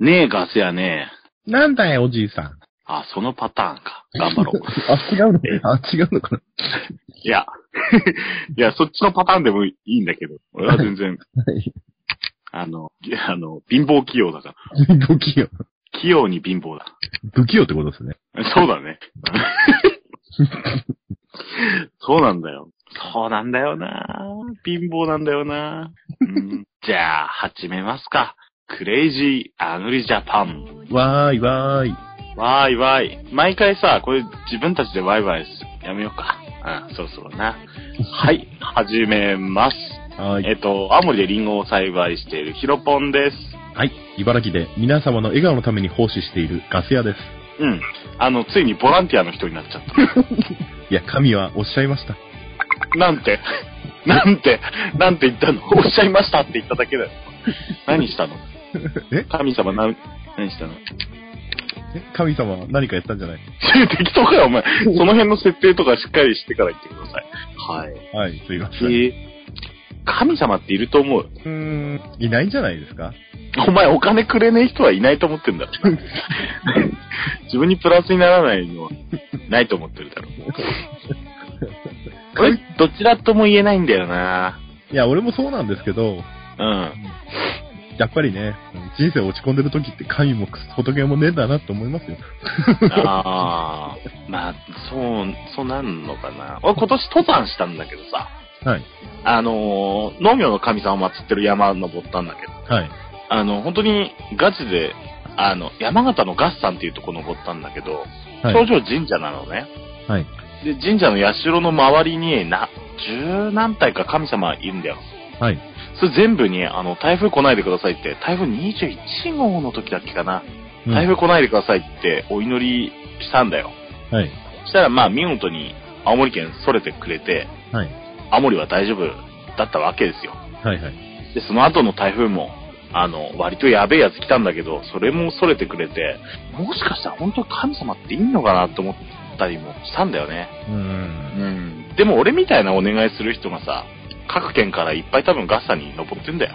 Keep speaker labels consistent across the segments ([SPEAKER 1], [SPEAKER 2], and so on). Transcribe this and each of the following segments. [SPEAKER 1] ねえ、ガスやねえ。
[SPEAKER 2] なんだよ、おじいさん。
[SPEAKER 1] あ、そのパターンか。頑張ろ う。
[SPEAKER 3] あ、違うのあ、違うのかない
[SPEAKER 1] や、 いや、そっちのパターンでもいいんだけど、俺は全然、
[SPEAKER 3] は い。
[SPEAKER 1] あの、いやあの、貧乏器用だか
[SPEAKER 3] 不器用。
[SPEAKER 1] ら。器用に貧乏だ。
[SPEAKER 2] 不器用ってことですね。
[SPEAKER 1] そうだね。そうなんだよ。そうなんだよな貧乏なんだよな、うん、じゃあ、始めますか。クレイジーアングリジャパン。
[SPEAKER 2] わーい、わーい。
[SPEAKER 1] わーいわーい。毎回さ、これ自分たちでワイワイすやめようか。うん、そうそうな。はい、始めます。
[SPEAKER 2] はー
[SPEAKER 1] え
[SPEAKER 2] い。
[SPEAKER 1] っと、青森でリンゴを栽培しているヒロポンです。
[SPEAKER 2] はい。茨城で皆様の笑顔のために奉仕しているガス屋です。
[SPEAKER 1] うん。あの、ついにボランティアの人になっちゃっ
[SPEAKER 2] いや、神はおっしゃいました。
[SPEAKER 1] た。 なんて、なんて、なんて言ったのおっしゃいましたって言っただけだよ。何したの
[SPEAKER 2] え
[SPEAKER 1] 神様な、何したの
[SPEAKER 2] え神様は何かやったんじゃない
[SPEAKER 1] 適当かよ、お前。その辺の設定とかしっかりしてから言ってください。はい。
[SPEAKER 2] はい、すいません。う
[SPEAKER 1] えー神様っていると思う
[SPEAKER 2] ーん、いないんじゃないですか
[SPEAKER 1] お前お金くれねえ人はいないと思って んだろ。自分にプラスにならないのはないと思ってるだろ。 これ、どちらとも言えないんだよない
[SPEAKER 2] や、俺もそうなんですけど、
[SPEAKER 1] うん。
[SPEAKER 2] やっぱりね、人生落ち込んでる時って神も仏もねえんだなって思いますよ。
[SPEAKER 1] ああ。 まあ、そう、そうなんのかな。俺今年登山したんだけどさ、
[SPEAKER 2] はい。
[SPEAKER 1] あのー農業の神様を祀ってる山登ったんだけど、
[SPEAKER 2] はい。
[SPEAKER 1] あの、本当にガチで、あの、山形のガッサンっていうとこ登ったんだけど、
[SPEAKER 2] は
[SPEAKER 1] 頂
[SPEAKER 2] い。
[SPEAKER 1] 上神社なのね。
[SPEAKER 2] はい。
[SPEAKER 1] で、神社の社の周りに、な、十何体か神様いるんだよ。
[SPEAKER 2] はい。
[SPEAKER 1] それ全部に、あの、台風来ないでくださいって、台風21号の時だっけかな。
[SPEAKER 2] うん
[SPEAKER 1] 台風来ないでくださいってお祈りしたんだよ。
[SPEAKER 2] はい。
[SPEAKER 1] そしたら、まあ、見事に青森県それてくれて、
[SPEAKER 2] はい。
[SPEAKER 1] 青森は大丈夫だったわけですよ。
[SPEAKER 2] はい。はい。
[SPEAKER 1] で、その後の台風も、あの、割とやべえやつ来たんだけど、それもそれてくれて、もしかしたら本当神様っていいのかなと思ったりもしたんだよね。
[SPEAKER 2] うーん。
[SPEAKER 1] うんでも俺みたいなお願いする人がさ、各県からいっぱい多分ガッサに登ってん だよ。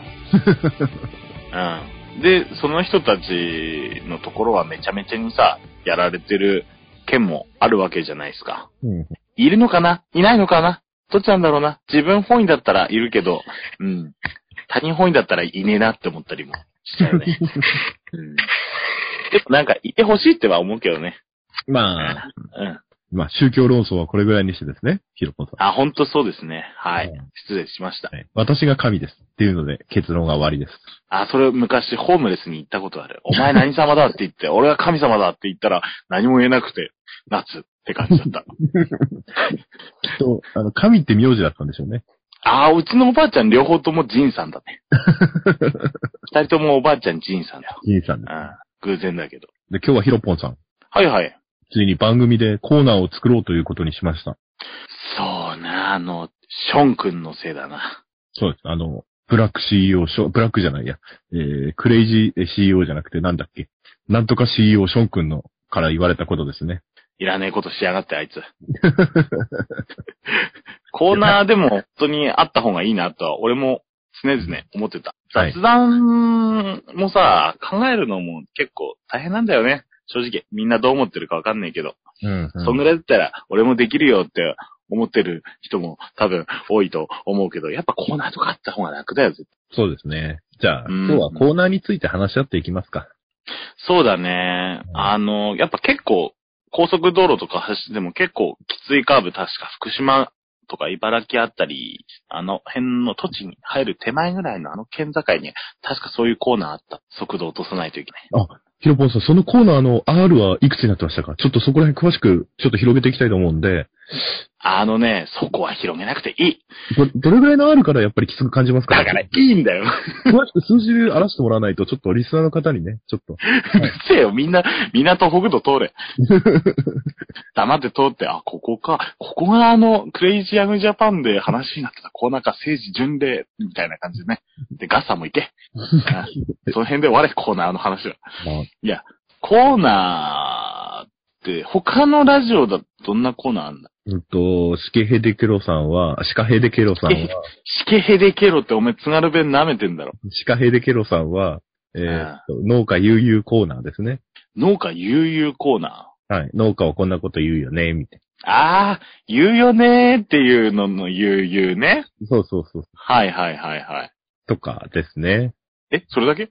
[SPEAKER 1] うん。で、その人たちのところはめちゃめちゃにさ、やられてる県もあるわけじゃないですか。
[SPEAKER 2] うん
[SPEAKER 1] いるのかないないのかなどっちなんだろうな自分本位だったらいるけど、うん。他人本位だったらいねえなって思ったりもしたよ ね。うん。でもなんか、いてほしいっては思うけどね。
[SPEAKER 2] まあ、
[SPEAKER 1] うん。
[SPEAKER 2] まあ、宗教論争はこれぐらいにしてですね、ひろこさん。
[SPEAKER 1] あ、ほんとそうですね。は
[SPEAKER 2] う
[SPEAKER 1] い
[SPEAKER 2] ん。
[SPEAKER 1] 失礼しました。
[SPEAKER 2] はい私が神です。っていうので、結論が終わりです。
[SPEAKER 1] あ、それ昔ホームレスに行ったことある。お前何様だって言って、俺は神様だって言ったら何も言えなくて、夏って感じだった。
[SPEAKER 2] きっと、あの、神って名字だったんでしょうね。
[SPEAKER 1] ああ、うちのおばあちゃん両方ともジンさんだね。二人ともおばあちゃんジンさんだよ。
[SPEAKER 2] じいさんで
[SPEAKER 1] うん。偶然だけど。
[SPEAKER 2] す。で、今日はひろぽんさん。
[SPEAKER 1] はいはい。
[SPEAKER 2] ついに番組でコーナーを作ろうということにしました。
[SPEAKER 1] そうな、あの、ション君のせいだな。
[SPEAKER 2] そうです。あの、ブラック CEO、ショブラックじゃないや、えー、クレイジー CEO じゃなくてなんだっけ。なんとか CEO、ション君の、から言われたことですね。
[SPEAKER 1] いらねえことしやがって、あいつ。コーナーでも本当にあった方がいいなとは、俺も常々思ってた。
[SPEAKER 2] はい
[SPEAKER 1] 雑談もさ、考えるのも結構大変なんだよね。正直、みんなどう思ってるかわかんないけど、
[SPEAKER 2] うん、
[SPEAKER 1] そんぐらいだったら俺もできるよって思ってる人も多分多いと思うけど、やっぱコーナーとかあった方が楽だよ、絶対
[SPEAKER 2] そうですね。じゃあ、
[SPEAKER 1] うん
[SPEAKER 2] 今日はコーナーについて話し合っていきますか。
[SPEAKER 1] そうだね。あの、やっぱ結構、高速道路とか走っても結構きついカーブ、確か福島とか茨城あたり、あの辺の土地に入る手前ぐらいのあの県境に、確かそういうコーナーあった。速度落とさないといけない。
[SPEAKER 2] ヒロポンさん、そのコーナーの R はいくつになってましたかちょっとそこら辺詳しく、ちょっと広げていきたいと思うんで、
[SPEAKER 1] あのね、そこは広げなくていい。
[SPEAKER 2] ど、どれぐらいの R からやっぱりきつく感じますか
[SPEAKER 1] だからいいんだよ。
[SPEAKER 2] 詳しく数字で荒らしてもらわないと、ちょっとリスナーの方にね、ちょっと。
[SPEAKER 1] うるせえよ、みんな、港北道 通れ。黙って通って、あ、ここか。ここがあの、クレイジーアグジャパンで話になってたコーナーか、政治巡礼、みたいな感じでね。で、ガッサンも行 け。あその辺で終われ、コーナーの話は。コーナーって、他のラジオだとどんなコーナーあんだ
[SPEAKER 2] うんと、シケヘデケロさんは、シカヘデケロさんは、
[SPEAKER 1] シケヘデケロってお前津軽弁舐めてんだろ。
[SPEAKER 2] シカヘデケロさんは、えーっと、農家悠々コーナーですね。
[SPEAKER 1] 農家悠々コーナ
[SPEAKER 2] はい。農家はこんなこと言うよね、みたい
[SPEAKER 1] ー。ああ、言うよねーっていうのの悠々ね。
[SPEAKER 2] な。そうそうそう。
[SPEAKER 1] はいはいはいはい。
[SPEAKER 2] とかですね。
[SPEAKER 1] え、それだけ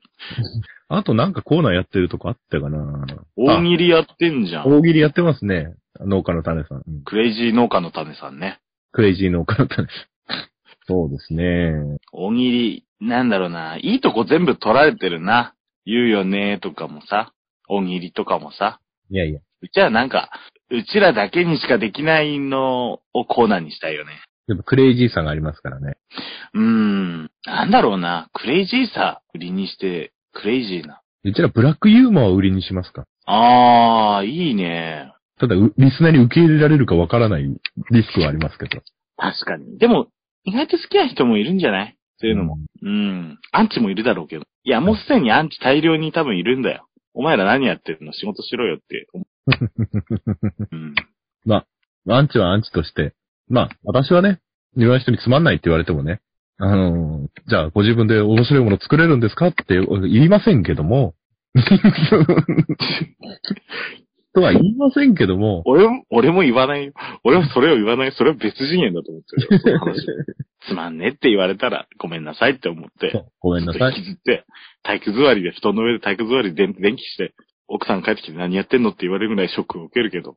[SPEAKER 2] あとなんかコーナーやってるとこあったかな
[SPEAKER 1] 大喜利やってんじゃ
[SPEAKER 2] あ
[SPEAKER 1] ん。
[SPEAKER 2] 大喜利やってますね。農家の種さん。うん
[SPEAKER 1] クレイジー農家の種さんね。
[SPEAKER 2] クレイジー農家の種さん。そうですね。
[SPEAKER 1] 大喜利、なんだろうな。いいとこ全部取られてるな。言うよねーとかもさ。大喜利とかもさ。
[SPEAKER 2] いやいや。
[SPEAKER 1] うちはなんか、うちらだけにしかできないのをコーナーにしたいよね。
[SPEAKER 2] でもクレイジーさがありますからね。
[SPEAKER 1] うーん。なんだろうな。クレイジーさ、売りにして、クレイジーな。
[SPEAKER 2] うちらブラックユーモアを売りにしますか
[SPEAKER 1] あー、いいね。
[SPEAKER 2] ただ、うリスナーに受け入れられるかわからないリスクはありますけど。
[SPEAKER 1] 確かに。でも、意外と好きな人もいるんじゃないそういうのも。うん。アンチもいるだろうけど。いや、もうすでにアンチ大量に多分いるんだよ。お前ら何やってるの仕事しろよって思う。うん。
[SPEAKER 2] アンチはアンチとして。まあ、私はね、いろんな人につまんないって言われてもね、あのーじゃあご自分で面白いもの作れるんですかって言いませんけども、 とは言いませんけども、
[SPEAKER 1] 俺も、俺も言わないよ。俺はそれを言わない。それは別次元だと思ってるよ。その話つまんねって言われたら、ごめんなさいって思って。
[SPEAKER 2] そう ごめんなさ
[SPEAKER 1] ちょっと
[SPEAKER 2] い。
[SPEAKER 1] 引きずって、体育座りで、布団の上で体育座りで電気して、奥さん帰ってきて何やってんのって言われるぐらいショックを受けるけ ど。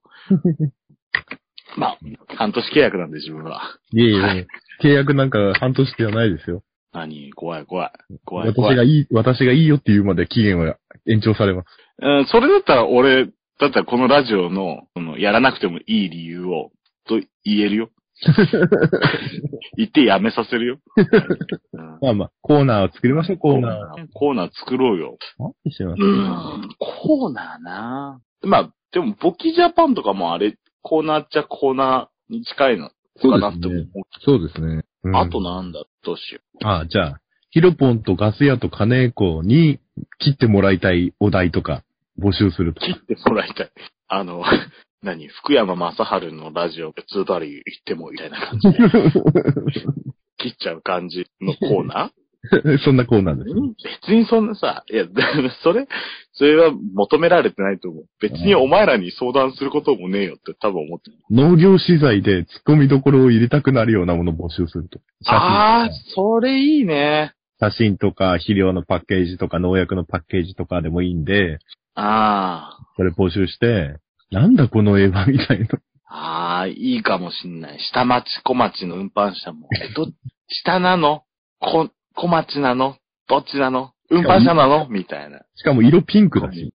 [SPEAKER 1] まあ、半年契約なんで自分は。
[SPEAKER 2] いえいえ、契約なんか半年ではないですよ。
[SPEAKER 1] 何怖い怖い。怖い
[SPEAKER 2] 私
[SPEAKER 1] 怖い。
[SPEAKER 2] がいい、私がいいよって言うまで期限は延長されます。
[SPEAKER 1] うん、それだったら俺、だったらこのラジオの、その、やらなくてもいい理由を、と言える よ。言ってやめさせるよ。うん
[SPEAKER 2] まあまあ、コーナーを作りましょう、コーナー。
[SPEAKER 1] ー。コーナー作ろうよ。
[SPEAKER 2] 何してます
[SPEAKER 1] うんコーナーなまあ、でも、簿記ジャパンとかもあれ、コーナーっちゃコーナーに近いの
[SPEAKER 2] そ
[SPEAKER 1] か
[SPEAKER 2] う
[SPEAKER 1] な
[SPEAKER 2] で
[SPEAKER 1] って
[SPEAKER 2] す
[SPEAKER 1] 思う。
[SPEAKER 2] ね。そうですね。うん
[SPEAKER 1] あとなんだ、どうしよ
[SPEAKER 2] あ、じゃあ、ヒロポンとガス屋とカネーコに切ってもらいたいお題とか募集する と
[SPEAKER 1] う。。切ってもらいたい。あの、 何福山雅治のラジオ、ツーダリー行ってもみたいな感じで。 切っちゃう感じのコーナ
[SPEAKER 2] そんなコーナー
[SPEAKER 1] ー
[SPEAKER 2] ですね。
[SPEAKER 1] ん別にそんなさ、いや、 だそれ、それは求められてないと思う。別にお前らに相談することもねえよって多分思ってる。
[SPEAKER 2] 農業資材で突っ込みどころを入れたくなるようなものを募集すると。写
[SPEAKER 1] ああ
[SPEAKER 2] 真とか
[SPEAKER 1] ー、それいいね。
[SPEAKER 2] 写真とか肥料のパッケージとか農薬のパッケージとかでもいいんで、
[SPEAKER 1] ああ。
[SPEAKER 2] それ募集して、なんだこの映画みたいな。
[SPEAKER 1] ああ、いいかもしんない。下町小町の運搬車も。え、ど、下なのこ、小町なのどっちなの運搬車なのみたいな。
[SPEAKER 2] しかも色ピンクだし。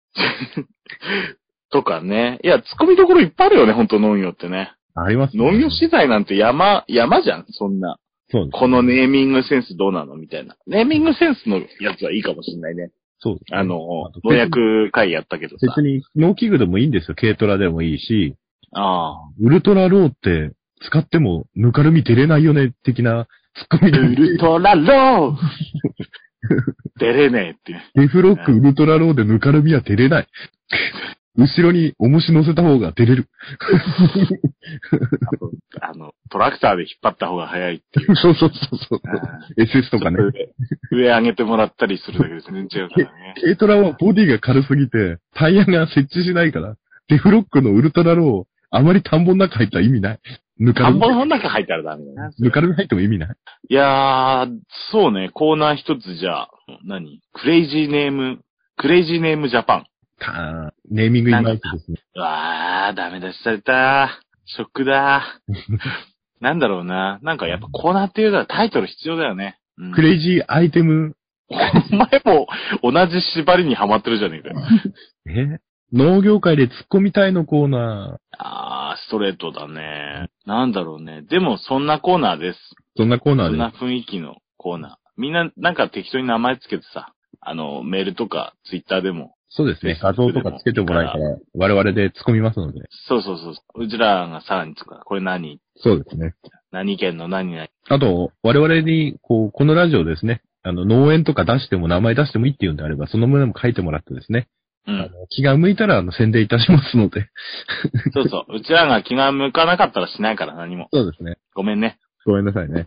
[SPEAKER 1] とかね。いや、突っ込みどころいっぱいあるよね、ほんと農業ってね。
[SPEAKER 2] ありますね
[SPEAKER 1] 農業資材なんて山、山じゃん、そんな。
[SPEAKER 2] そうです。
[SPEAKER 1] このネーミングセンスどうなのみたいな。ネーミングセンスのやつはいいかもしんないね。
[SPEAKER 2] そうですね
[SPEAKER 1] あの
[SPEAKER 2] あと、
[SPEAKER 1] 農薬会やったけどさ。
[SPEAKER 2] 別に、農機具でもいいんですよ。軽トラでもいいし、
[SPEAKER 1] ああ。
[SPEAKER 2] ウルトラローって使ってもぬかるみ出れないよね、的なツッコミ
[SPEAKER 1] ウ
[SPEAKER 2] で。
[SPEAKER 1] ルトラロー出れねえっていう。
[SPEAKER 2] デフロックウルトラローでぬかるみは出れ ない。後ろに重し乗せた方が出れる。
[SPEAKER 1] あとあの、トラクターで引っ張った方が早いっていう。
[SPEAKER 2] そうそうそうそう。SS とかね。
[SPEAKER 1] 上上げてもらったりするだけで全然違うからね。
[SPEAKER 2] 軽トラはボディが軽すぎて、タイヤが設置しないから、デフロックのウルトラロー、あまり田んぼの中入ったら意味ない。ぬ か
[SPEAKER 1] 田
[SPEAKER 2] る
[SPEAKER 1] ん
[SPEAKER 2] み
[SPEAKER 1] ぼ、の中入ったらダメだな。
[SPEAKER 2] ぬかるみ入っても意味ない。
[SPEAKER 1] いやー、そうね、コーナー一つじゃあ、何クレイジーネーム、クレイジーネームジャパン。
[SPEAKER 2] たネーミングいまいちですね。
[SPEAKER 1] うわー、ダメ出しされた。ショック だ。なんだろうな。なんかやっぱコーナーっていうのはタイトル必要だよね。うん
[SPEAKER 2] クレイジーアイテム
[SPEAKER 1] お前も同じ縛りにはまってるじゃねえかよ。
[SPEAKER 2] え農業界で突っ込みたいのコーナー。
[SPEAKER 1] あー、ストレートだね。なんだろうね。でも、そんなコーナーです。
[SPEAKER 2] そんなコーナ
[SPEAKER 1] そん
[SPEAKER 2] ー
[SPEAKER 1] な
[SPEAKER 2] で。
[SPEAKER 1] 雰囲気のコーナー。みんな、なんか適当に名前つけてさ、あの、メールとか、ツイッターでも。
[SPEAKER 2] そうですね。画像とかつけてもらえたら、我々で突っ込みますので。
[SPEAKER 1] そうそうそうそう。うちらがさらにつくから、これ何
[SPEAKER 2] そうですね。
[SPEAKER 1] 何県の何々。
[SPEAKER 2] あと、我々に、こう、このラジオですね。あの、農園とか出しても名前出してもいいっていうんであれば、その旨も書いてもらってですね。
[SPEAKER 1] う
[SPEAKER 2] あの
[SPEAKER 1] ん。
[SPEAKER 2] 気が向いたら、あの、宣伝いたします ので。
[SPEAKER 1] そうそう。うちらが気が向かなかったらしないから、何も。
[SPEAKER 2] そうですね。
[SPEAKER 1] ごめんね。
[SPEAKER 2] ごめんなさいね。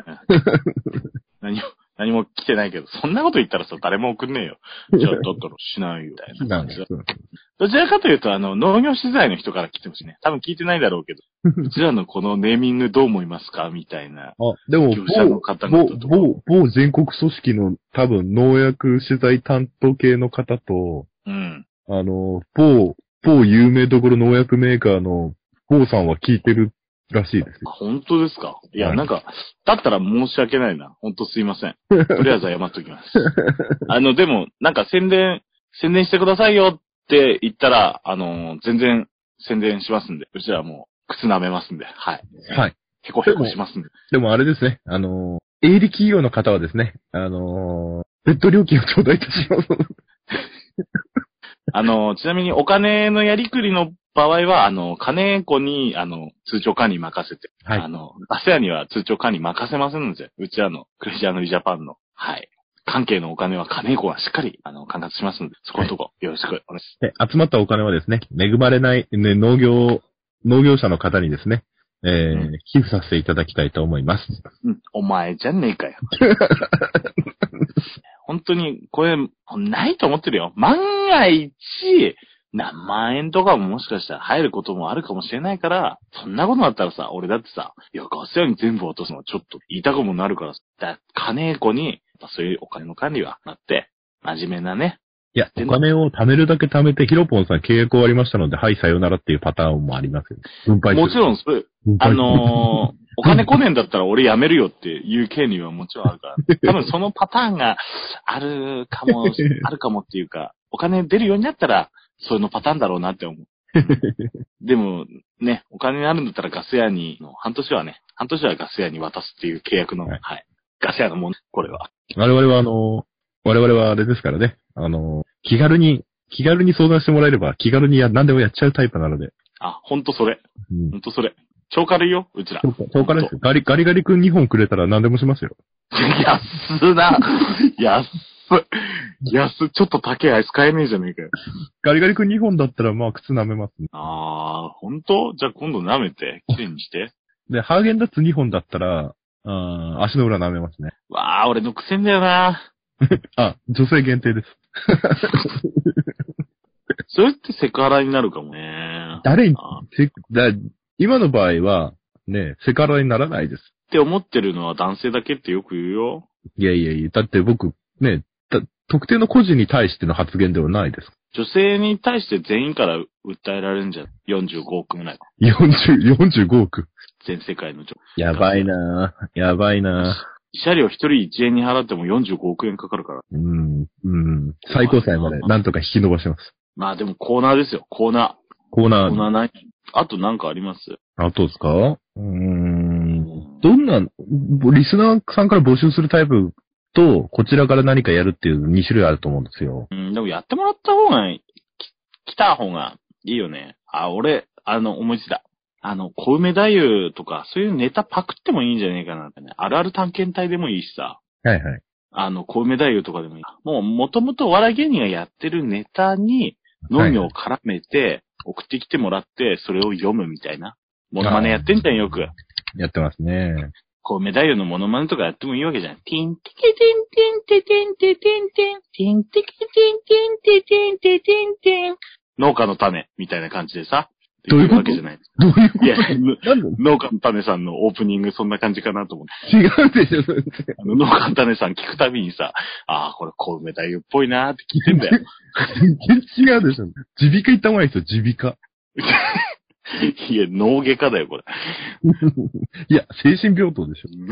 [SPEAKER 1] 何も、何も来てないけど、そんなこと言ったらさ、誰も送んねえよ。じゃあ、だったらしないよ、みたいな
[SPEAKER 2] な
[SPEAKER 1] 感
[SPEAKER 2] んで
[SPEAKER 1] じ
[SPEAKER 2] す
[SPEAKER 1] だ。 どちらかというと、あの、農業資材の人から来てほしいね。多分聞いてないだろう けど、うちらのこのネーミングどう思いますかみたいな。
[SPEAKER 2] あ、でも
[SPEAKER 1] 業者の方々
[SPEAKER 2] 某、
[SPEAKER 1] とか
[SPEAKER 2] 某、某、某全国組織の多分農薬取材担当系の方と、
[SPEAKER 1] うん。
[SPEAKER 2] あの、某、某有名どころ農薬メーカーの某さんは聞いてるらしいです
[SPEAKER 1] あ
[SPEAKER 2] よ。
[SPEAKER 1] 本当ですかいや、
[SPEAKER 2] はい
[SPEAKER 1] なんか、だったら申し訳ないな。本当すいませ ん。とりあえず謝っときます。あの、でも、なんか宣伝、宣伝してくださいよって言ったら、あの、全然宣伝しますんで、うちらもう、靴舐めますんで、はい。
[SPEAKER 2] はい。
[SPEAKER 1] へこへこしますんで。
[SPEAKER 2] でもあれですね、あの、営利企業の方はですね、あの、ベッド料金を頂戴いたします。
[SPEAKER 1] あの、ちなみにお金のやりくりの場合は、あの、金子に、あの、通帳管理任せて、
[SPEAKER 2] はい
[SPEAKER 1] あの、アセアには通帳管理任せませんので、うちらのクレジャーノリジャパンの、はい。関係のお金は金子がしっかり、あの、管轄しますので、そこのとこ、よろしくお願いします。
[SPEAKER 2] で、集まったお金はですね、恵まれない、ね、農業、農業者の方にですね、えー
[SPEAKER 1] う
[SPEAKER 2] 寄付させていただきたいと思います。
[SPEAKER 1] うん、お前じゃねえかよ。本当に、これ、ないと思ってるよ。万が一、何万円とかももしかしたら入ることもあるかもしれないから、そんなことだったらさ、俺だってさ、いや、ガス屋に全部落とすのはちょっと痛くもなるからさ、だ金子に、まあそういうお金の管理はなって、真面目なね。
[SPEAKER 2] いや、お金を貯めるだけ貯めて、ヒロポンさん契約終わりましたので、はい、さよならっていうパターンもありますよ。分配する
[SPEAKER 1] もちろん、それ、
[SPEAKER 2] 分配
[SPEAKER 1] あ
[SPEAKER 2] する
[SPEAKER 1] のーお金来ねえんだったら俺辞めるよっていう権利はもちろんあるから、多分そのパターンがあるかも、あるかもっていうか、お金出るようになったら、そのパターンだろうなって思う。でも、ね、お金があるんだったらガス屋に、半年はね、半年はガス屋に渡すっていう契約の、は
[SPEAKER 2] はい
[SPEAKER 1] い。ガス屋のもん、これは。
[SPEAKER 2] 我々はあのー我々はあれですからね、あのー気軽に、気軽に相談してもらえれば、気軽にや、何でもやっちゃうタイプなので、
[SPEAKER 1] あ、ほんとそれ。
[SPEAKER 2] うん
[SPEAKER 1] ほんとそれ。超軽いよ、うちら。
[SPEAKER 2] そうからですよ。ガリ、ガリガリ君2本くれたら何でもしますよ。
[SPEAKER 1] 安な。安。安。ちょっと高いアイス買えねえじゃねえかよ。
[SPEAKER 2] ガリガリ君2本だったら、まあ、靴舐めますね。
[SPEAKER 1] あー、ほんとじゃあ今度舐めて、綺麗にして。
[SPEAKER 2] で、ハーゲンダッツ2本だったら、あー足の裏舐めますね。
[SPEAKER 1] わー、俺のくせんだよな。
[SPEAKER 2] あ、女性限定です。
[SPEAKER 1] それってセクハラになるかもね。
[SPEAKER 2] 誰に、
[SPEAKER 1] あーっ
[SPEAKER 2] せだ今の場合は、ね、セカラにならないです。
[SPEAKER 1] て思ってるのは男性だけってよく言うよ。
[SPEAKER 2] いやいやいや、だって僕、ね、だ特定の個人に対しての発言ではないです。
[SPEAKER 1] 女性に対して全員から訴えられるんじゃん。45億ぐらい。
[SPEAKER 2] 40、45億。
[SPEAKER 1] 全世界の女。
[SPEAKER 2] やばいなぁ。やばいな
[SPEAKER 1] 慰謝料一人1円に払っても45億円かかるから。
[SPEAKER 2] ぁ。うん、うん。最高裁までなんとか引き伸ばします。
[SPEAKER 1] まあでもコーナーですよ、コーナ
[SPEAKER 2] コ
[SPEAKER 1] ー。
[SPEAKER 2] ー
[SPEAKER 1] コ
[SPEAKER 2] ナ
[SPEAKER 1] ー
[SPEAKER 2] ー、
[SPEAKER 1] ナーない。あとなんかあります
[SPEAKER 2] あとですかうーん。
[SPEAKER 1] う
[SPEAKER 2] どんな、リスナーさんから募集するタイプと、こちらから何かやるっていう2種類あると思うんですよ。
[SPEAKER 1] ん、でもやってもらった方がいい、き来た方がいいよね。あ、俺、あの、思いついた。あの、小梅太夫とか、そういうネタパクってもいいんじゃねえかなってね。あるある探検隊でもいいしさ。
[SPEAKER 2] はいはい。
[SPEAKER 1] あの、小梅太夫とかでもいい。もう、もともとお笑い芸人がやってるネタに、農業を絡めて、送ってきてもらって、それを読むみたいな。モノマネやってんじゃん、よく。
[SPEAKER 2] やってますね。
[SPEAKER 1] こう、メダイオのモノマネとかやってもいいわけじゃん。ティンティケティンティンティンティンティンティン、ティンティケティンティンティンティンティンティン。農家の種、みたいな感じでさ。
[SPEAKER 2] どういうこと
[SPEAKER 1] わけじゃない。
[SPEAKER 2] どういう
[SPEAKER 1] いや、
[SPEAKER 2] なんだ
[SPEAKER 1] 農家の種さんのオープニングそんな感じかなと思って。
[SPEAKER 2] 違うでしょ、それ
[SPEAKER 1] あの農家の種さん聞くたびにさ、ああ、これ小梅太夫っぽいなーって聞いてんだよ。
[SPEAKER 2] 全然違うでしょ。耳鼻科行った方がいいですよ、耳鼻科。
[SPEAKER 1] いや、脳外科だよ、これ。
[SPEAKER 2] いや、精神病棟でしょ。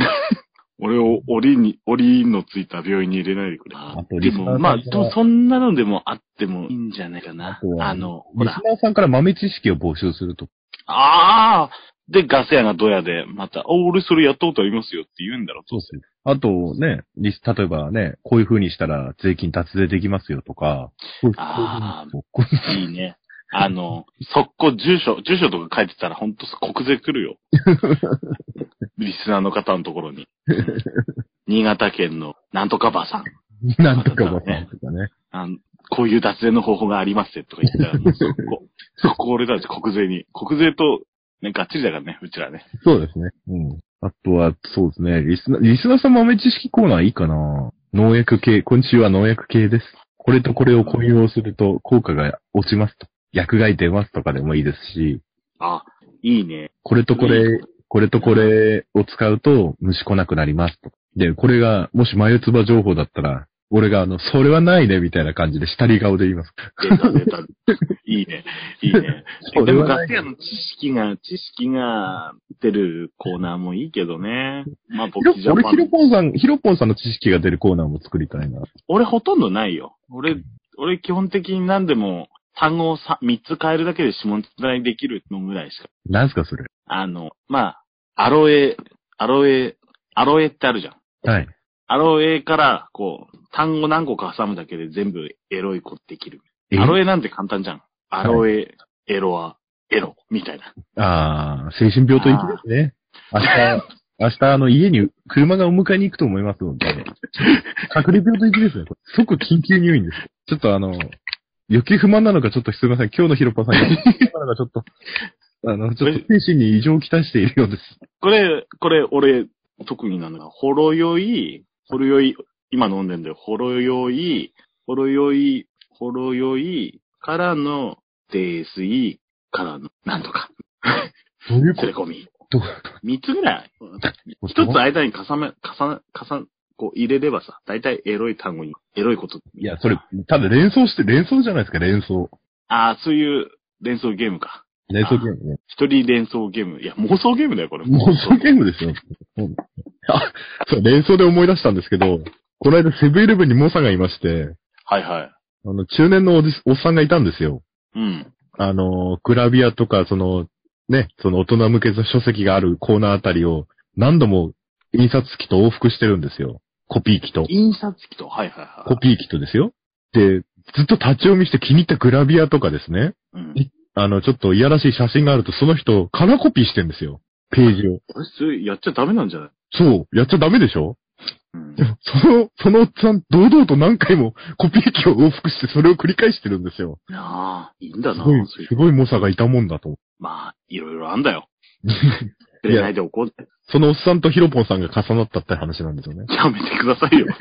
[SPEAKER 1] 俺を檻に、檻のついた病院に入れないでくれ。
[SPEAKER 2] あと
[SPEAKER 1] で
[SPEAKER 2] リスナー
[SPEAKER 1] も、
[SPEAKER 2] さん
[SPEAKER 1] まあ、
[SPEAKER 2] から
[SPEAKER 1] でもそんなのでもあってもいいんじゃないかな
[SPEAKER 2] あと。は
[SPEAKER 1] あの、ほ
[SPEAKER 2] リ
[SPEAKER 1] ら
[SPEAKER 2] ス。ナーさんから豆知識を募集すると。
[SPEAKER 1] ああで、ガス屋がドヤで、また、お、俺それやったことありますよって言うんだろう、
[SPEAKER 2] そうですね。あとね、リス、例えばね、こういう風にしたら税金達成できますよとか。
[SPEAKER 1] あー
[SPEAKER 2] こういう風に
[SPEAKER 1] いいね。あの、速攻住所、住所とか書いてたらほんと国税来る よ。リスナーの方のところに。新潟県のなんとかばさん。
[SPEAKER 2] こう なんとかばさんとかね。
[SPEAKER 1] あのこういう脱税の方法がありますよとか言ったら、もう速攻、速攻俺たち国税に。国税と、ね、がっちりだからね、うちらね。
[SPEAKER 2] そうですね。うん。あとは、そうですね。リスナー、リスナーさんも豆知識コーナーいいかな農薬系、今週は農薬系です。これとこれを混用すると効果が落ちますと。薬害出ますとかでもいいですし、
[SPEAKER 1] あ、いいね。
[SPEAKER 2] これとこ
[SPEAKER 1] い
[SPEAKER 2] れ、これとこれを使うと虫来なくなりますと。で、これが、もし眉唾情報だったら、俺があの、それはないね、みたいな感じで下り顔で言います。
[SPEAKER 1] 出た出た。 いいね。いいね。
[SPEAKER 2] そ
[SPEAKER 1] で
[SPEAKER 2] れ
[SPEAKER 1] も、
[SPEAKER 2] は
[SPEAKER 1] ガ
[SPEAKER 2] な
[SPEAKER 1] ッ
[SPEAKER 2] い
[SPEAKER 1] テンの知識が、知識が出るコーナーもいいけどね。まあ、
[SPEAKER 2] ひ
[SPEAKER 1] 僕
[SPEAKER 2] ろ
[SPEAKER 1] ジャ
[SPEAKER 2] 俺
[SPEAKER 1] パ、
[SPEAKER 2] ヒロ
[SPEAKER 1] ン。
[SPEAKER 2] ポンさん、ヒロポンさんの知識が出るコーナーも作りたいな。
[SPEAKER 1] 俺ほとんどないよ。俺、俺基本的に何でも単語を 3, つ変えるだけで指紋つなできるのぐらいしか。
[SPEAKER 2] なんすか、それ。
[SPEAKER 1] あの、まあ、アロエ、アロエ、アロエってあるじゃん。
[SPEAKER 2] はい。
[SPEAKER 1] アロエから、こう、単語何個か挟むだけで全部エロい子できる。
[SPEAKER 2] え
[SPEAKER 1] アロエなんて簡単じゃん。アロエ、エロア、エロ、みたいな。
[SPEAKER 2] ああ、精神病と生きですね。明日、明日、あの、家に、車がお迎えに行くと思いますので、隔離病と生きですね。これ即緊急入院です。ちょっとあの、余計不満なのかちょっとすみません。今日のヒロパさん、余計不満なのかちょっと、あの、ちょっと精神に異常をきたしているようです。
[SPEAKER 1] これ、これ、俺、特技なのが、ほろ酔い、ほろ酔い、今飲んでんだよ。ほろ酔い、ほろ酔い、ほろ酔いからの、DSE からの、なんとか、
[SPEAKER 2] どういう
[SPEAKER 1] 連れ込み。
[SPEAKER 2] と
[SPEAKER 1] 三つぐらい。一つ間に重め、重ね、重ね、こう入れればさ、だいたいエロい単語に、エロいこと。
[SPEAKER 2] いや、それ、ただ連想して、連想じゃないですか、連想。
[SPEAKER 1] ああ、そういう連想ゲームか。
[SPEAKER 2] 連想ゲームね。
[SPEAKER 1] 一人連想ゲーム。いや、妄想ゲームだよ、これ。
[SPEAKER 2] 妄想ゲームですよ。うんあ、そう、連想で思い出したんですけど、この間セブンイレブンにモさんがいまして、
[SPEAKER 1] はいはい。
[SPEAKER 2] あの、中年のおじ、おっさんがいたんですよ。
[SPEAKER 1] うん。
[SPEAKER 2] あの、グラビアとか、その、ね、その大人向けの書籍があるコーナーあたりを、何度も印刷機と往復してるんですよ。コピー機と。
[SPEAKER 1] 印刷機と、はいはいはい。
[SPEAKER 2] コピー機とですよ。で、ずっと立ち読みして気に入ったグラビアとかですね。
[SPEAKER 1] うん。
[SPEAKER 2] あの、ちょっといやらしい写真があると、その人、カラーコピーしてんですよ。ページを。
[SPEAKER 1] あれ、それやっちゃダメなんじゃない
[SPEAKER 2] そう、やっちゃダメでしょ
[SPEAKER 1] うん
[SPEAKER 2] で。もその、そのおっさん、堂々と何回もコピー機を往復して、それを繰り返してるんですよ。
[SPEAKER 1] なあ、いいんだ
[SPEAKER 2] す
[SPEAKER 1] な、
[SPEAKER 2] ごい
[SPEAKER 1] そうい、
[SPEAKER 2] す
[SPEAKER 1] う。
[SPEAKER 2] ごい猛者がいたもんだと思って
[SPEAKER 1] まあ、いろいろあんだ よ。触れないでおこうって。
[SPEAKER 2] そのおっさんとヒロポンさんが重なったって話なんですよね。
[SPEAKER 1] やめてくださいよ。や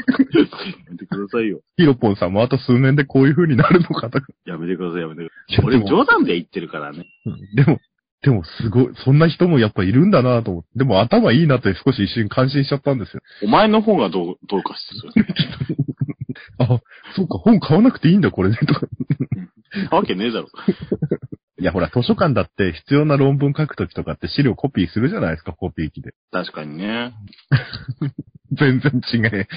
[SPEAKER 1] めてくださいよ。
[SPEAKER 2] ヒロポンさんもあと数年でこういう風になるのかな。
[SPEAKER 1] やめてください、やめてくだ
[SPEAKER 2] い
[SPEAKER 1] さ
[SPEAKER 2] や
[SPEAKER 1] い。
[SPEAKER 2] で
[SPEAKER 1] 俺、
[SPEAKER 2] も
[SPEAKER 1] 冗談で言ってるからね。
[SPEAKER 2] うんでも、でもすごい、そんな人もやっぱいるんだなと思って、でも頭いいなって少し一瞬感心しちゃったんですよ。
[SPEAKER 1] お前の方がどう、どうかしてる。
[SPEAKER 2] あ、そうか、本買わなくていいんだこれね、とか。
[SPEAKER 1] なわけねえだろ。
[SPEAKER 2] いやほら、図書館だって必要な論文書くときとかって資料コピーするじゃないですか、コピー機で。
[SPEAKER 1] 確かにね。
[SPEAKER 2] 全然違え。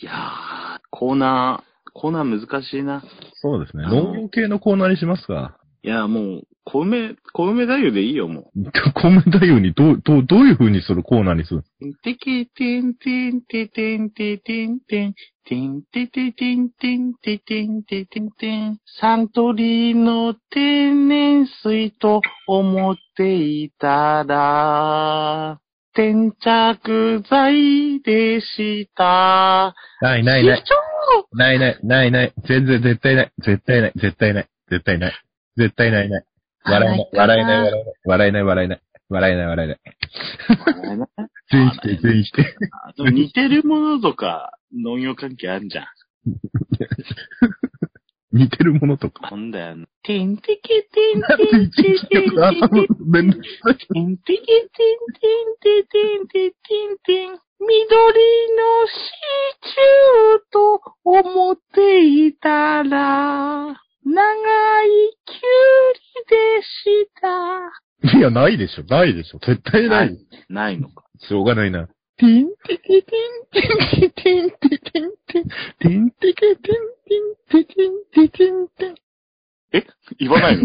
[SPEAKER 1] いやー、コーナー、コーナー難しいな。
[SPEAKER 2] そうですね。
[SPEAKER 1] あの
[SPEAKER 2] 農業系のコーナーにしますか。
[SPEAKER 1] いや、もう、小梅、小梅太夫でいいよ、もう。
[SPEAKER 2] コメ太夫にどう、どう、どういう風にするコーナーにする
[SPEAKER 1] てけてんてんててんててんてん、てんてててんてんててんててんてん、サントリーの天然水と思っていたら、転着剤でした。
[SPEAKER 2] ないな
[SPEAKER 1] 市
[SPEAKER 2] いない。
[SPEAKER 1] 長
[SPEAKER 2] ないない、ないない、全然絶対ない、絶対ない、絶対ない、絶対ない、絶対ないない。笑えない、笑えない、笑えない、笑えない、笑えない、笑えない、笑えない。全員否定、全員否定。
[SPEAKER 1] あでも似てるものとか、農業関係あるじゃん。
[SPEAKER 2] 似てるものとか。
[SPEAKER 1] なんだよな。てんてけてん
[SPEAKER 2] なんで
[SPEAKER 1] てん
[SPEAKER 2] 一
[SPEAKER 1] て
[SPEAKER 2] 日
[SPEAKER 1] てんてん
[SPEAKER 2] 曲
[SPEAKER 1] てん
[SPEAKER 2] 頭。めんどくさい。
[SPEAKER 1] てんてけてんてんてんてんてんてんてん。緑のシチューと思っていたら、長いキュウリでした。
[SPEAKER 2] いや、ないでしょ、ないでしょ。絶対ない。
[SPEAKER 1] ないのか。
[SPEAKER 2] しょうがないな。てんてけてんてんてけてんてけてんてん。てんてけてんてんてけんてけんてん。
[SPEAKER 1] え言わないの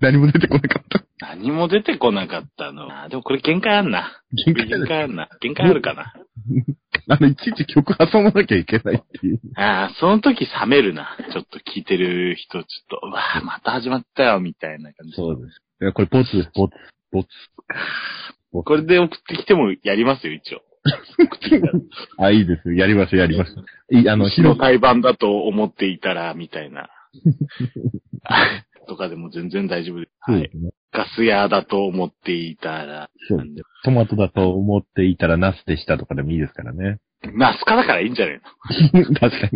[SPEAKER 2] 何も出てこなかった。
[SPEAKER 1] 何も出てこなかったの。あ、でもこれ限界あんな。
[SPEAKER 2] 限界
[SPEAKER 1] 限
[SPEAKER 2] だ。
[SPEAKER 1] 界あんな。限界あるかな。
[SPEAKER 2] あの、いちいち曲挟まなきゃいけないっていう。
[SPEAKER 1] ああ、その時冷めるな。ちょっと聞いてる人、ちょっと、うわあ、また始まったよ、みたいな感じ。
[SPEAKER 2] そうです。いやこれ、ボツです、ボツ。ボツ。
[SPEAKER 1] これで送ってきてもやりますよ、一応。
[SPEAKER 2] あ、いいです。やりましょう、やりましょう。いい、あの、
[SPEAKER 1] 死
[SPEAKER 2] 広
[SPEAKER 1] の
[SPEAKER 2] く。
[SPEAKER 1] 胎盤だと思 っていたら、みたいな。とかでも全然大丈夫です。
[SPEAKER 2] そ
[SPEAKER 1] は
[SPEAKER 2] うで
[SPEAKER 1] い。
[SPEAKER 2] すね
[SPEAKER 4] ガス屋だと思っていたら、
[SPEAKER 2] そう
[SPEAKER 4] なんで
[SPEAKER 2] トマトだと思っていたらナスでしたとかでもいいですから ね。
[SPEAKER 4] ナスカだからいいんじゃね
[SPEAKER 2] 確か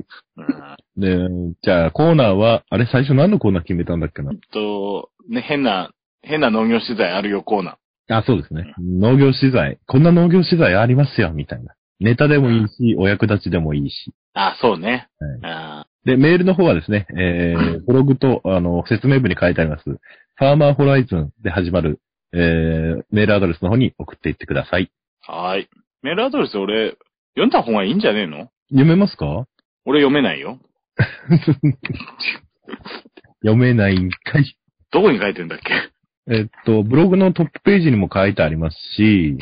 [SPEAKER 2] に。
[SPEAKER 4] えのうん
[SPEAKER 2] で、じゃあコーナーは、あれ最初何のコーナー決めたんだっけな
[SPEAKER 4] えっと、ね、変な、変な農業資材あるよコーナ
[SPEAKER 2] あ、そうですね。農業資材。こんな農業資材ありますよ、みたいな。ネタでもいいし、お役立ちでもいいし。
[SPEAKER 4] ー。あ、そうね。
[SPEAKER 2] はい
[SPEAKER 4] あ
[SPEAKER 2] で、メールの方はですね、えー、 ブログと、あの、説明文に書いてあります、ファーマーホライズンで始まる、えー、メールアドレスの方に送っていってください。
[SPEAKER 4] ーはーい。メールアドレス俺、読んだ方がいいんじゃねえの
[SPEAKER 2] 読めますか
[SPEAKER 4] 俺読めないよ。
[SPEAKER 2] 読めないんかい。
[SPEAKER 4] どこに書いてんだっけ
[SPEAKER 2] えっと、ブログのトップページにも書いてありますし、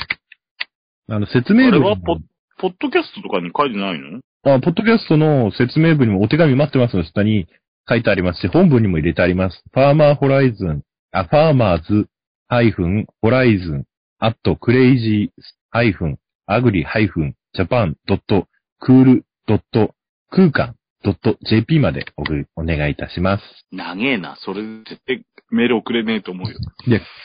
[SPEAKER 2] あの、説明
[SPEAKER 4] あれ
[SPEAKER 2] 文に
[SPEAKER 4] は
[SPEAKER 2] も
[SPEAKER 4] ポ、ポッドキャストとかに書いてないの
[SPEAKER 2] あ、ポッドキャストの説明文にもお手紙待ってますの下に書いてありますし、本文にも入れてあります。ファーマーホライズン、あ、ファーマーズ、ハイフン、ホライズン、アット、クレイジー、ハイフン、アグリ、ハイフン、ジャパン、ドット、クール、ドット、空間、ドット、JP までおぐお願いいたします。
[SPEAKER 4] 長えな。それ絶対メール送れねえと思うよ。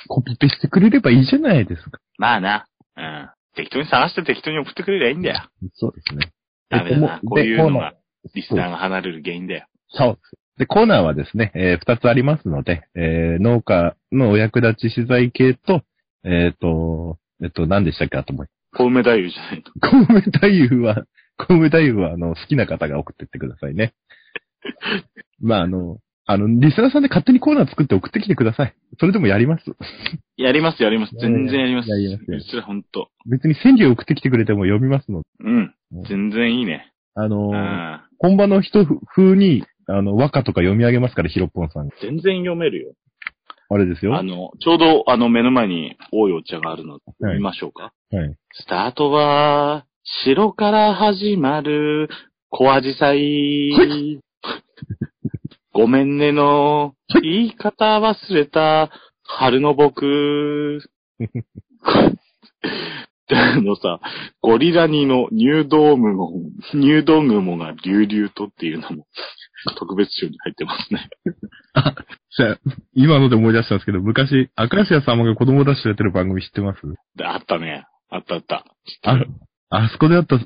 [SPEAKER 2] コピペしてくれればいいじゃないですか。
[SPEAKER 4] まあな。うん。適当に探して適当に送ってくれりゃいいんだよ。
[SPEAKER 2] そうですね。
[SPEAKER 4] ダメだな
[SPEAKER 2] で。
[SPEAKER 4] こういうのが、リス
[SPEAKER 2] そう
[SPEAKER 4] ナーが離れる原因だよ。
[SPEAKER 2] そうです。で、コーナーはですね、えー二つありますので、えー農家のお役立ち資材系と、えっ、と、えっ、と、何でしたっけ、あともう一
[SPEAKER 4] 小梅太夫じゃない の。
[SPEAKER 2] 個。小梅太夫は、小梅太夫は、あの、好きな方が送ってってくださいね。 まあ、あの、あの、リスナーさんで勝手にコーナー作って送ってきてください。それでもやります。
[SPEAKER 4] やります、やります。全然やります。
[SPEAKER 2] いやいやいやいや
[SPEAKER 4] うちらほんと。
[SPEAKER 2] 別に川柳送ってきてくれても読みますので。
[SPEAKER 4] うん
[SPEAKER 2] ね。
[SPEAKER 4] 全然いいね。
[SPEAKER 2] あ
[SPEAKER 4] う
[SPEAKER 2] の、
[SPEAKER 4] ん。
[SPEAKER 2] 本場の人風に、あの、和歌とか読み上げますから、ヒロッポンさん。
[SPEAKER 4] 全然読めるよ。
[SPEAKER 2] あれですよ。
[SPEAKER 4] あの、ちょうどあの目の前に多いお茶があるので、
[SPEAKER 2] はい
[SPEAKER 4] 見ましょうか。
[SPEAKER 2] はい。
[SPEAKER 4] スタートは、白から始まる、小アジサイ。 ごめんねの、言い方忘れた、春の僕。あのさ、ゴリラニの入道雲、入道雲が流々とっていうのも、特別集に入ってますね。
[SPEAKER 2] じゃあ今ので思い出したんですけど、昔、アクラシア様が子供出してやってる番組知ってます
[SPEAKER 4] であったね。あったあった。
[SPEAKER 2] あ、あそこであった、さ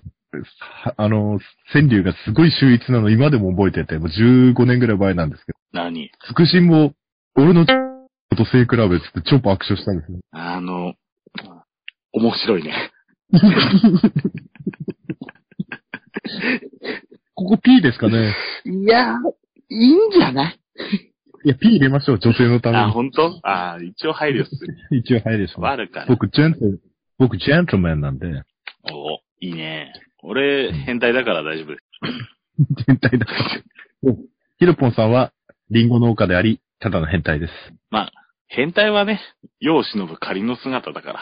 [SPEAKER 2] あの、川柳がすごい秀逸なの今でも覚えてて、もう15年ぐらい前なんですけど、
[SPEAKER 4] 何
[SPEAKER 2] つくしんも、俺のと背比べっつって超爆笑したんですよ。
[SPEAKER 4] あの、面白いね。
[SPEAKER 2] ここ P ですかね
[SPEAKER 4] いやいいんじゃない
[SPEAKER 2] いや、P 入れましょう、女性のため
[SPEAKER 4] あ、本当？あ一応配慮する。
[SPEAKER 2] に。一応入るでしょう。
[SPEAKER 4] あるから。
[SPEAKER 2] 僕、ジェント、僕、ジェントルマンなんで、
[SPEAKER 4] おいいね。俺、変態だから大丈夫です。
[SPEAKER 2] 変態だ。ヒロポンさんは、リンゴ農家であり、ただの変態です。
[SPEAKER 4] 変態はね、世を忍ぶ仮の姿だ から。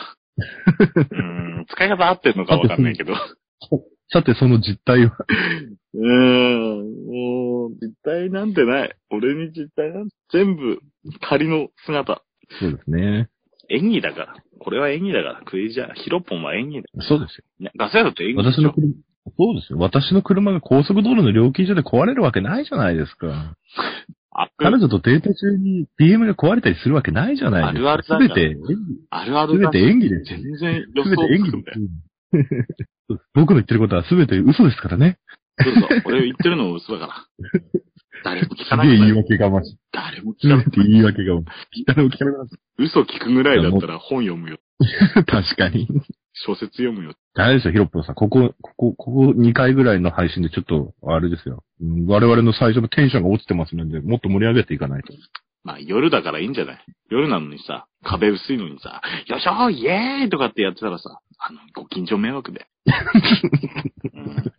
[SPEAKER 4] うーん、使い方合ってるのかわかんないけど。
[SPEAKER 2] さて、その実態は、
[SPEAKER 4] うーん、もう、実体なんてない。俺に実体なんて、全部、仮の姿。
[SPEAKER 2] そうですね。
[SPEAKER 4] 演技だから。これは演技だから。クレイジャー、ヒロポンは演技だ
[SPEAKER 2] そうですよ。
[SPEAKER 4] ね。ガセだって演技でし
[SPEAKER 2] 私
[SPEAKER 4] ょ
[SPEAKER 2] の車、そうですよ。私の車が高速道路の料金所で壊れるわけないじゃないですか。
[SPEAKER 4] あ
[SPEAKER 2] 彼女とデート中に BM が壊れたりするわけないじゃないですか。
[SPEAKER 4] あるある
[SPEAKER 2] すべ
[SPEAKER 4] だから
[SPEAKER 2] て、
[SPEAKER 4] あるあ
[SPEAKER 2] す
[SPEAKER 4] る
[SPEAKER 2] べ
[SPEAKER 4] だ
[SPEAKER 2] て演技ですよ。
[SPEAKER 4] 全然予
[SPEAKER 2] すべ
[SPEAKER 4] 想
[SPEAKER 2] て演技
[SPEAKER 4] つくんだ
[SPEAKER 2] で
[SPEAKER 4] よ。
[SPEAKER 2] す。 そうです僕の言ってることはすべて嘘ですからね。
[SPEAKER 4] そうそう。俺言ってるのも嘘だから。 誰も聞
[SPEAKER 2] す
[SPEAKER 4] かな
[SPEAKER 2] げ
[SPEAKER 4] く
[SPEAKER 2] え
[SPEAKER 4] な
[SPEAKER 2] 言い
[SPEAKER 4] る。
[SPEAKER 2] 訳がましい。
[SPEAKER 4] 誰も聞
[SPEAKER 2] す
[SPEAKER 4] か
[SPEAKER 2] べ
[SPEAKER 4] な
[SPEAKER 2] て
[SPEAKER 4] くなる。
[SPEAKER 2] 言い訳がましい。誰も聞かなくなっ
[SPEAKER 4] 嘘聞くぐらいだったら本読むよ。
[SPEAKER 2] た確かに。
[SPEAKER 4] 小説読むよ。
[SPEAKER 2] あれですよ、ヒロップさん。ここ、ここ、ここ2回ぐらいの配信でちょっと、あれですよ。うん我々の最初のテンションが落ちてますので、もっと盛り上げていかないと。
[SPEAKER 4] まあ夜だからいいんじゃない夜なのにさ、壁薄いのにさ、よいしょーイエーイとかってやってたらさ、あの、ご近所 迷惑で。うん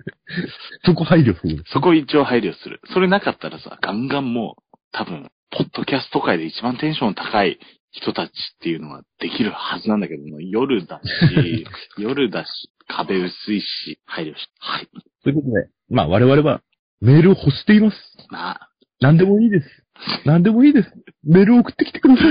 [SPEAKER 2] そこ配慮する。
[SPEAKER 4] そこ一応配慮する。それなかったらさ、ガンガンもう、多分、ポッドキャスト界で一番テンション高い人たちっていうのはできるはずなんだけども、夜だ し、夜だし、壁薄いし、配慮し、はい。
[SPEAKER 2] ということで、まあ我々はメールを欲しています。
[SPEAKER 4] なあ、
[SPEAKER 2] 何でもいいです。何でもいいです。メールを送ってきてください。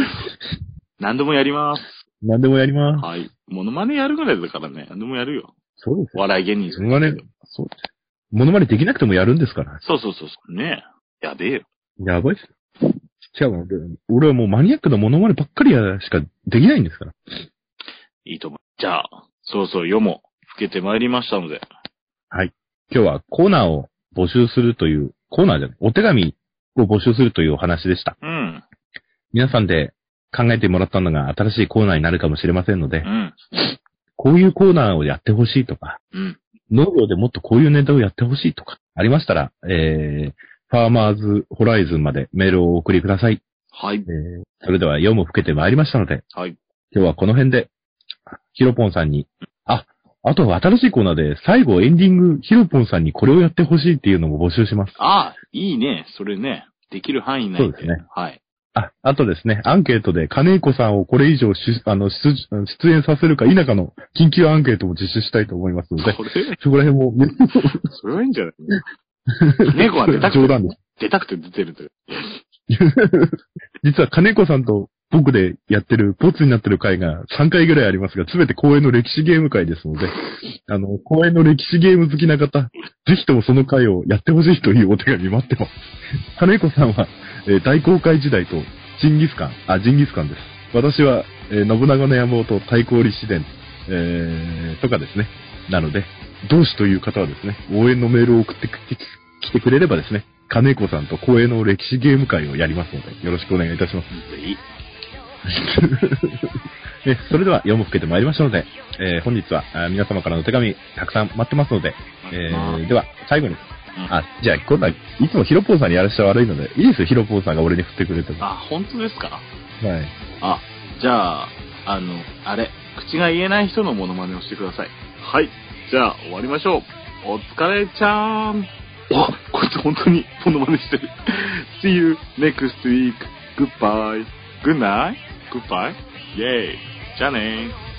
[SPEAKER 4] 何でもやります。
[SPEAKER 2] 何でもやります。
[SPEAKER 4] はい。モノマネやるぐらいだからね、何でもやるよ。
[SPEAKER 2] そうです
[SPEAKER 4] お笑い芸人
[SPEAKER 2] よ。モノマネ、そうです。モノマネできなくてもやるんですから。
[SPEAKER 4] そうそうそうそう。ねえ。やべえよ。
[SPEAKER 2] やばいっす。違うわ俺俺はもうマニアックなモノマネばっかりやしかできないんですから。
[SPEAKER 4] いいと思う。じゃあ、そろそろ夜も更けてまいりましたので、
[SPEAKER 2] 今日はコーナーを募集するという、コーナーじゃない、お手紙を募集するというお話でした。
[SPEAKER 4] うん、
[SPEAKER 2] 皆さんで考えてもらったのが新しいコーナーになるかもしれませんので
[SPEAKER 4] う、ん、
[SPEAKER 2] こういうコーナーをやってほしいとか、
[SPEAKER 4] うん。
[SPEAKER 2] 農業でもっとこういうネタをやってほしいとか、ありましたら、えー、ファーマーズホライズンまでメールをお送りください。
[SPEAKER 4] はい
[SPEAKER 2] え、ー、それでは夜も更けてまいりましたので、
[SPEAKER 4] はい。
[SPEAKER 2] 今日はこの辺で、ヒロポンさんに、あ、あとは新しいコーナーで最後エンディング、ヒロポンさんにこれをやってほしいっていうのも募集します。
[SPEAKER 4] ああ、いいね。それね。できる範囲内で。
[SPEAKER 2] そうですね。
[SPEAKER 4] はい。
[SPEAKER 2] あ、あとですね、アンケートで金子さんをこれ以上しあの出出演させるか否かの緊急アンケートも実施したいと思いますので、
[SPEAKER 4] それ、
[SPEAKER 2] そこら辺も、
[SPEAKER 4] それはいいんじゃない猫は出た
[SPEAKER 2] 冗
[SPEAKER 4] くて、
[SPEAKER 2] 談です。
[SPEAKER 4] 出たくて出てるという。
[SPEAKER 2] 実は金子さんと僕でやってる、ボツになってる回が3回ぐらいありますが、すべて公演の歴史ゲーム回ですので、あの、公演の歴史ゲーム好きな方、ぜひともその回をやってほしいというお手紙待ってます。金子さんは、えー大航海時代とジンギスカン、あ、ジンギスカンです。私は、えー信長の山本、太閤立志伝、えーとかですね。なので、同志という方はですね、応援のメールを送ってきて来てくれればですね、金子さんと公営の歴史ゲーム会をやりますので、よろしくお願いいたします。
[SPEAKER 4] ぜひ。
[SPEAKER 2] ね、それでは読むふけてまいりましたので、えー本日はあー皆様からのお手紙たくさん待ってますので、え
[SPEAKER 4] まあ
[SPEAKER 2] ーでは最後に、あ、じゃあ今度はいつもヒロポンさんにやらせて悪いので、いいですよ、ヒロポンさんが俺に振ってくれても。は
[SPEAKER 4] あ、本当ですか
[SPEAKER 2] い。
[SPEAKER 4] あ、じゃあ、あの、あれ、口が言えない人のモノマネをしてください。はい。じゃあ、終わりましょう。お疲れちゃーん。あ、こいつ本当にモノマネしてる。See you next week. Goodbye. Good night. Goodbye. Yay. じゃあねー。